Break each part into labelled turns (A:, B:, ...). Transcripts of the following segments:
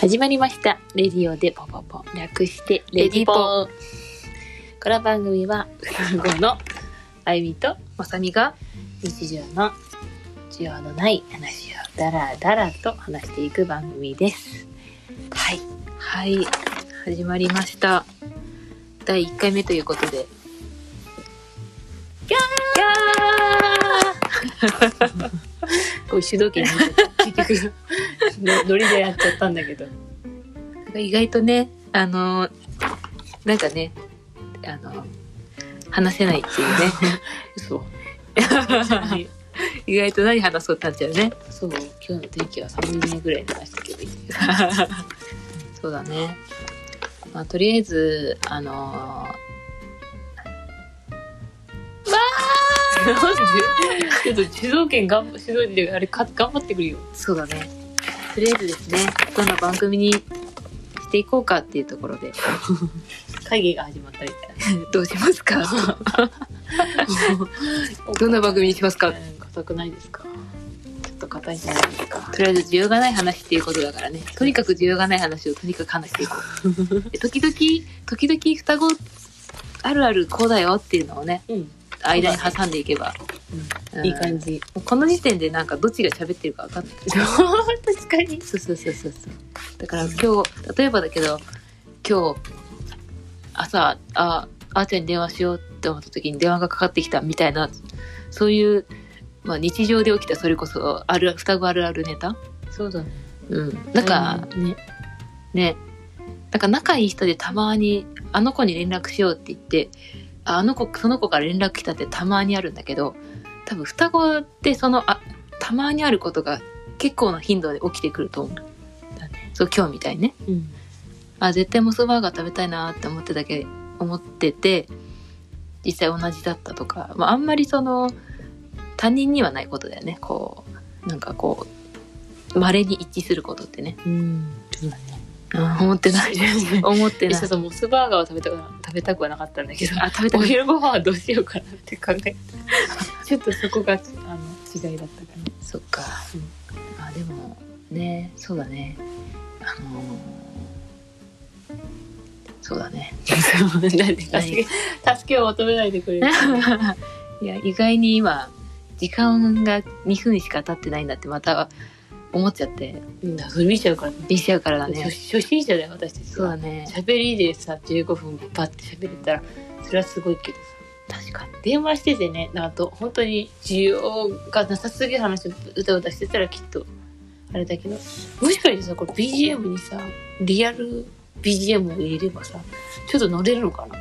A: 始まりました「レディオでポポポ」略して「レディポー」この番組は双子のあゆみと
B: まさみが
A: 日常の需要のない話をダラダラと話していく番組ですはい
B: はい始まりました第1回目ということで
A: ギャこう主導権に結局のノリでやっちゃったんだけど
B: なんか意外とねあのなんかねあの話せないっていうね
A: 嘘
B: 意外と何話そうってなっちゃうね
A: そう今日の天気は寒いねぐらいの話だけどいいけど
B: そうだね、まあ、とりあえずあの
A: なんでちょっと主導権がん主導権あれか頑張ってくるよ
B: そうだねとりあえずですねどんな番組にしていこうかっていうところで
A: 会議が始まったりたい
B: どうしますかどんな番組にしますかと
A: 硬くないですかちょっと硬いんじゃないですか
B: りあえず需要がない話っていうことだからねとにかく需要がない話をとにかく話していこうで時々時々双子あるあるこうだよっていうのをね
A: うん
B: 間に挟んでいけば、うん
A: いい感じ
B: この時点でなんかどっちが喋ってるか分かんない
A: 確かに
B: そうそうそうそうそうだから今日例えばだけど今日朝ああーちゃんに電話しようって思った時に電話がかかってきたみたいなそういう、まあ、日常で起きたそれこそある双子あるあるネタ
A: そうだね
B: うんなんか、
A: うんね
B: ねなんか仲いい人でたまにあの子に連絡しようって言ってああの子その子から連絡来たってたまにあるんだけど多分双子ってそのあたまにあることが結構な頻度で起きてくると思う
A: だね
B: そう今日みたいにね
A: うん
B: あ絶対モスバーガー食べたいなって思ってたけ思ってて実際同じだったとか、まあ、あんまりその他人にはないことだよねこうなんかこうまれに一致することってね
A: うんそうだ ね
B: 思ってない 思って
A: え
B: ない
A: そうそうモスバーガーを食べたくな食べたくはなかったんだけど
B: あ 食べた
A: お
B: くない
A: 昼ご飯はどうしようかなって考えてちょっとそこがあの違いだったか な
B: そっか、あでもねそうだねあのーそうだ ね
A: なんで助け
B: 何
A: 助けを求めないでくれる
B: いや意外に今時間が2分しか経ってないんだってまた思っちゃって
A: うんそれ見ちゃうからね
B: びしちゃうからだ
A: 初
B: ね
A: 初心者だよ私たち
B: そうだ
A: は
B: ね
A: 喋りでさ15分バッて喋れたらそれはすごいけどさ
B: 確かに
A: 電話しててねなんかと本当に需要がなさすぎる話をうたうたしてたらきっとあれだけどもしかしてさこれ BGM にさリアル BGM を入れればさちょっと乗れるのかな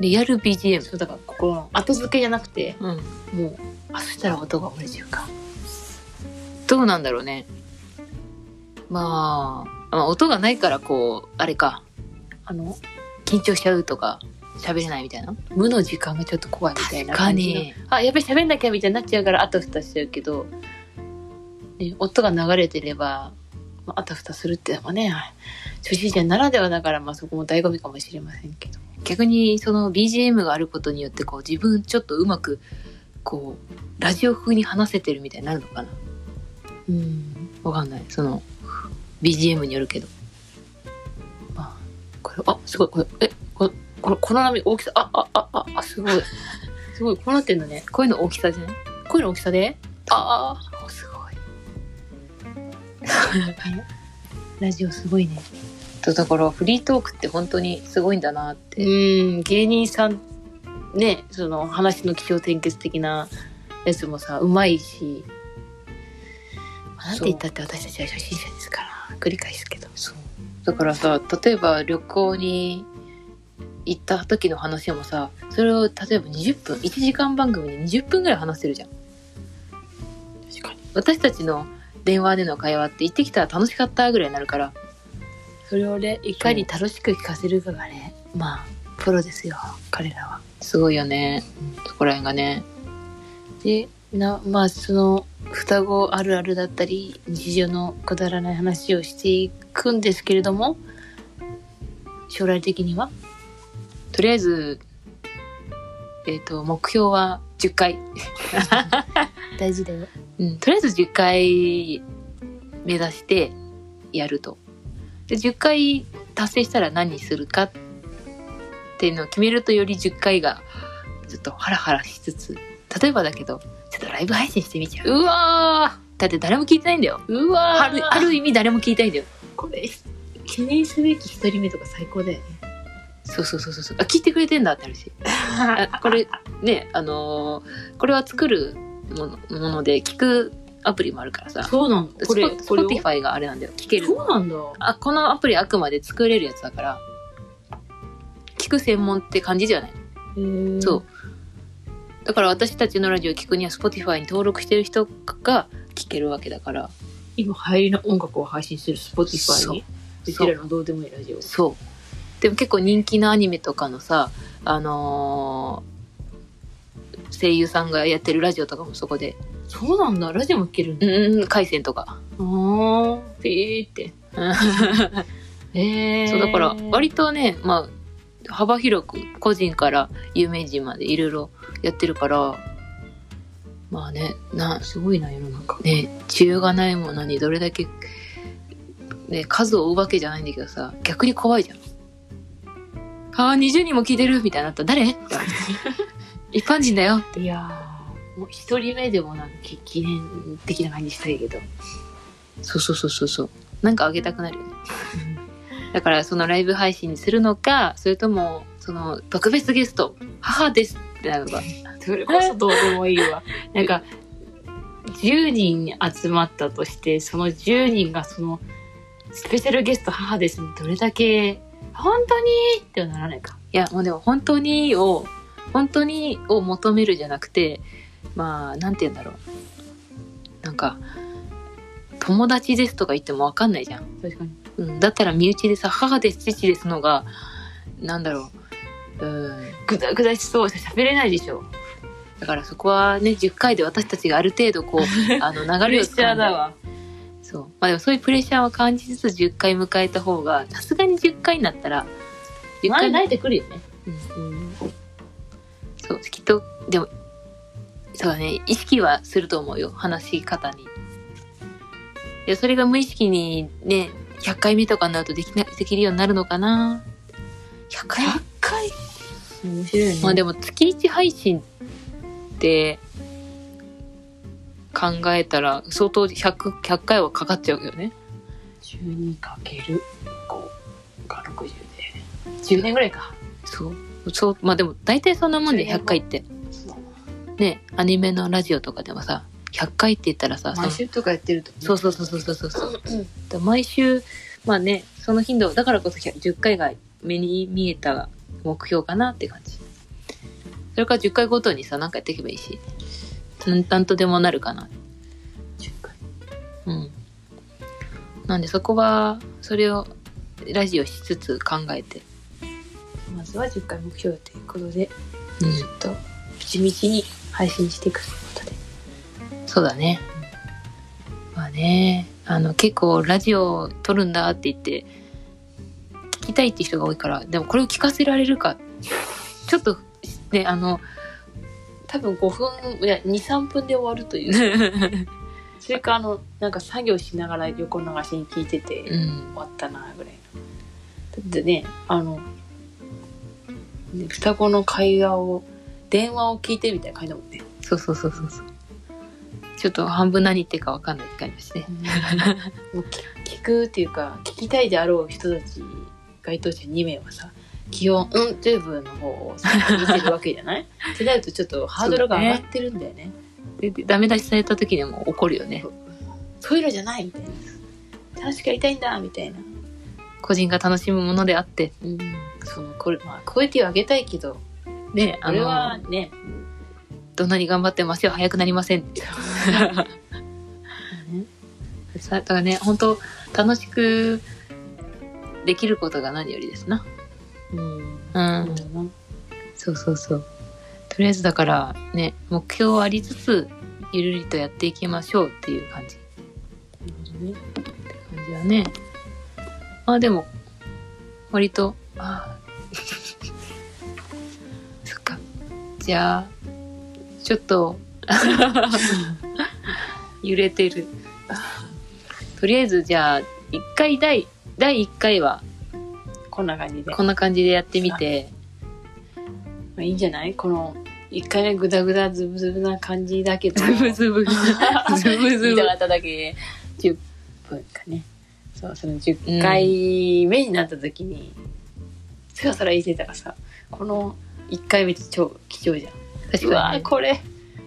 B: リアル BGM
A: そうだからここの後付けじゃなくて
B: うん
A: もうあそしたら音が漏れちゃうか
B: どうなんだろうねまあまあ音がないからこうあれか
A: あの
B: 緊張しちゃうとか喋れないみたいな
A: 無の時間がちょっと怖いみたいな感じの
B: 確
A: あやべ喋んなきゃみたいになっちゃうからあたふたしちゃうけど、ね、音が流れてれば、まあ、あたふたするってのもね初心者ならではだから、まあ、そこも醍醐味かもしれませんけど
B: 逆にその BGM があることによってこう自分ちょっとうまくこうラジオ風に話せてるみたいになるのかな
A: うん
B: わかんないその BGM によるけど
A: まあこれあすごいこれえここのこの波大きさあああああすごいすごいこうなってんだね
B: 声の大きさじゃない
A: 声の大きさでああすごい ラジオすごいね
B: とだからフリートークって本当にすごいんだなっ
A: う
B: て、
A: ん芸人さんねその話の気象転結的なやつもさうまいし、まあなんて言ったって私たちは初心者ですから繰り返すけどそう
B: だからさ例えば旅行に行った時の話もさそれを例えば20分1時間番組で20分ぐらい話せるじゃん
A: 確かに
B: 私たちの電話での会話って行ってきたら楽しかったぐらいになるから
A: それをねいかに楽しく聞かせるかがねまあプロですよ彼らは
B: すごいよねそこら辺がね
A: でなまあその双子あるあるだったり日常のくだらない話をしていくんですけれども将来的には
B: とりあえずえっ、と目標は10回
A: 大事だよ
B: うん、とりあえず10回目指してやるとで10回達成したら何するかっていうのを決めるとより10回がちょっとハラハラしつつ例えばだけどちょっとライブ配信してみちゃう
A: うわ
B: だって誰も聞いてないんだよ
A: ーうわー
B: あるある意味誰も聞いてないんだよ
A: これ記念すべき一人目とか最高だよね
B: そうそうそうそうそうあ聞いてくれてんだってな るしあこれねあのーこれは作るものもので聞くアプリもあるからさ
A: そうなんだこれ
B: ス
A: こ
B: ポ
A: れ
B: ティファイがあれなんだよ聞ける
A: そうなんだ
B: あこのアプリあくまで作れるやつだから聞く専門って感じじゃない
A: へー
B: そうだから私たちのラジオを聞くには Spotify に登録してる人が聞けるわけだから
A: 今流行りの音楽を配信する Spotify に
B: そう
A: うちらのどうでもいいラジオ
B: そうでも結構人気のアニメとかのさあのー声優さんがやってるラジオとかもそこで
A: そうなんだラジオも聞けるん
B: う
A: だ
B: んうん回線とか
A: あーピーって
B: うん
A: へえ
B: そうだから割とねまあ幅広く個人から有名人までいろいろやってるからまあねな
A: すごいな世の中
B: ね治療がないものにどれだけ、ね、数を追うわけじゃないんだけどさ逆に怖いじゃん。ああ20人も聞いてるみたいになったら誰って言わ れて一般人だよ
A: いやーもう一人目でもなんか記記念的な感じしたいけど
B: そうそうそうそうそうなんかあげたくなるよねだからそのライブ配信にするのかそれともその特別ゲスト母ですってなるのか
A: それこそどうでもいい わなんか10人集まったとしてその10人がそのスペシャルゲスト母ですにどれだけ本当にってはならないか
B: いやもうでも本当にを本当にを求めるじゃなくてまあなんて言うんだろうなんか友達ですとか言っても分かんないじゃん、
A: 確かに
B: うん、だったら身内でさ母です父ですのがなんだろううん
A: ぐだぐだしそうしゃべれないでしょ
B: だからそこはね10回で私たちがある程度こうあの
A: プレ
B: 流れ
A: ッ
B: を
A: シ
B: つ
A: ャー
B: かん
A: だ
B: で
A: わ
B: そうまあでもそういうプレッシャーは感じつつ10回迎えた方がさすがに10回になったら10
A: 前
B: 回
A: に慣れてくるよね
B: そうきっとでもそうだね意識はすると思うよ話し方にいやそれが無意識にね100回目とかになるとできなできるようになるのかな100回
A: 100回面白いね
B: まあでも月1配信って考えたら相当 100, 100回はかかっちゃうけどね
A: 12かける5か60で10年ぐらいか
B: そうそうまあでも大体そんなもんで100回って
A: そう
B: ねアニメのラジオとかでもさ100回って言ったらさその
A: 毎週とかやってると
B: そう
A: う
B: そうそうそうそうそう。だ毎週、まあね、その頻度、だからこそ100 10回が目に見えた目標かなって感じ。それから10回ごとにさ、なんかやっていけばいいし、淡々とでもなるかな。
A: 10回
B: うん。なんでそこは、それをラジオしつつ考えて、
A: まずは10回目標ということでちょ
B: う
A: っと地道に配信していくということで
B: ん。そうだね。まあね、あの、結構ラジオを撮るんだって言って、聞きたいって人が多いから、でもこれを聞かせられるか、ちょっと、ね、あの、
A: 多分5分いや23分で終わるという それかあのなんか作業しながら横流しに聞いてて
B: う
A: 終
B: ん、
A: わったなぐらいのだってねあのね双子の会話を電話を聞いてみたいな感じだもんね
B: そうそうそうそうそうちょっと半分何言ってるか分かんない感じです ね
A: もう聞聞くっていうか聞きたいであろう人たち該当者2名はさ基本「うん」という部分の方をさ見てるわけじゃない ってなるとちょっとハードルが上がってるんだよね
B: ででダメ出しされた時にはもう怒るよね
A: そういうのじゃないみたいな楽しくやりたいんだみたいな、
B: 個人が楽しむものであって
A: うん、そのこれまあクオリティを上げたいけど
B: ね
A: あ
B: あ
A: れは
B: の
A: ね
B: どんなに頑張っても足は速くなりませんさだからね本当楽しくできることが何よりですな
A: うん
B: うんそうそうそうとりあえずだからね目標はありつつゆるりとやっていきましょうっていう感じ感じだね。まあでも、割と、ああ そっか。じゃあ、ちょっと、 揺れてる。とりあえずじゃあ、一回第第1回は
A: こんな感じで。
B: こんな感じでやってみて、
A: まあ、いいんじゃないこの、一回目グダグダズブズブな感じだ けど。
B: ズブズブ、 ズブ
A: 言
B: ズ
A: い
B: ブ
A: た。かっただけで、10分かね。そう、その10回目になった時に、つらつら言ってたらさ、この1回目って超貴重じゃん。
B: 確
A: うわ
B: かに
A: ー。これ、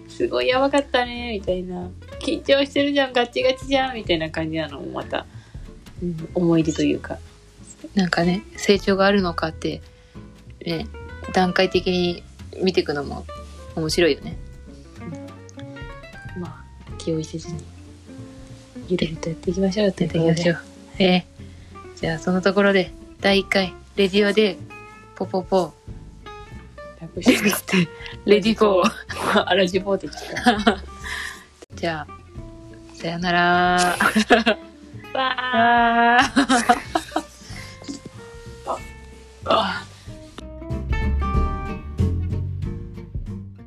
A: すごいやばかったね、みたいな。緊張してるじゃん、ガチガチじゃん、みたいな感じなのもまた、うん、思い出というか。
B: なんかね、成長があるのかって、ね、段階的に見ていくのも面白いよね。
A: まあ、気負いせずに、ゆるりとやっていきましょうって
B: 出ていきましょ
A: う。
B: う。えーじゃあそのところで、第1回、レディオで、ポポポ、
A: 楽して
B: レディゴー。
A: あらじぼうって言っちゃった。
B: じゃあ、さよなら。
A: バー
B: あー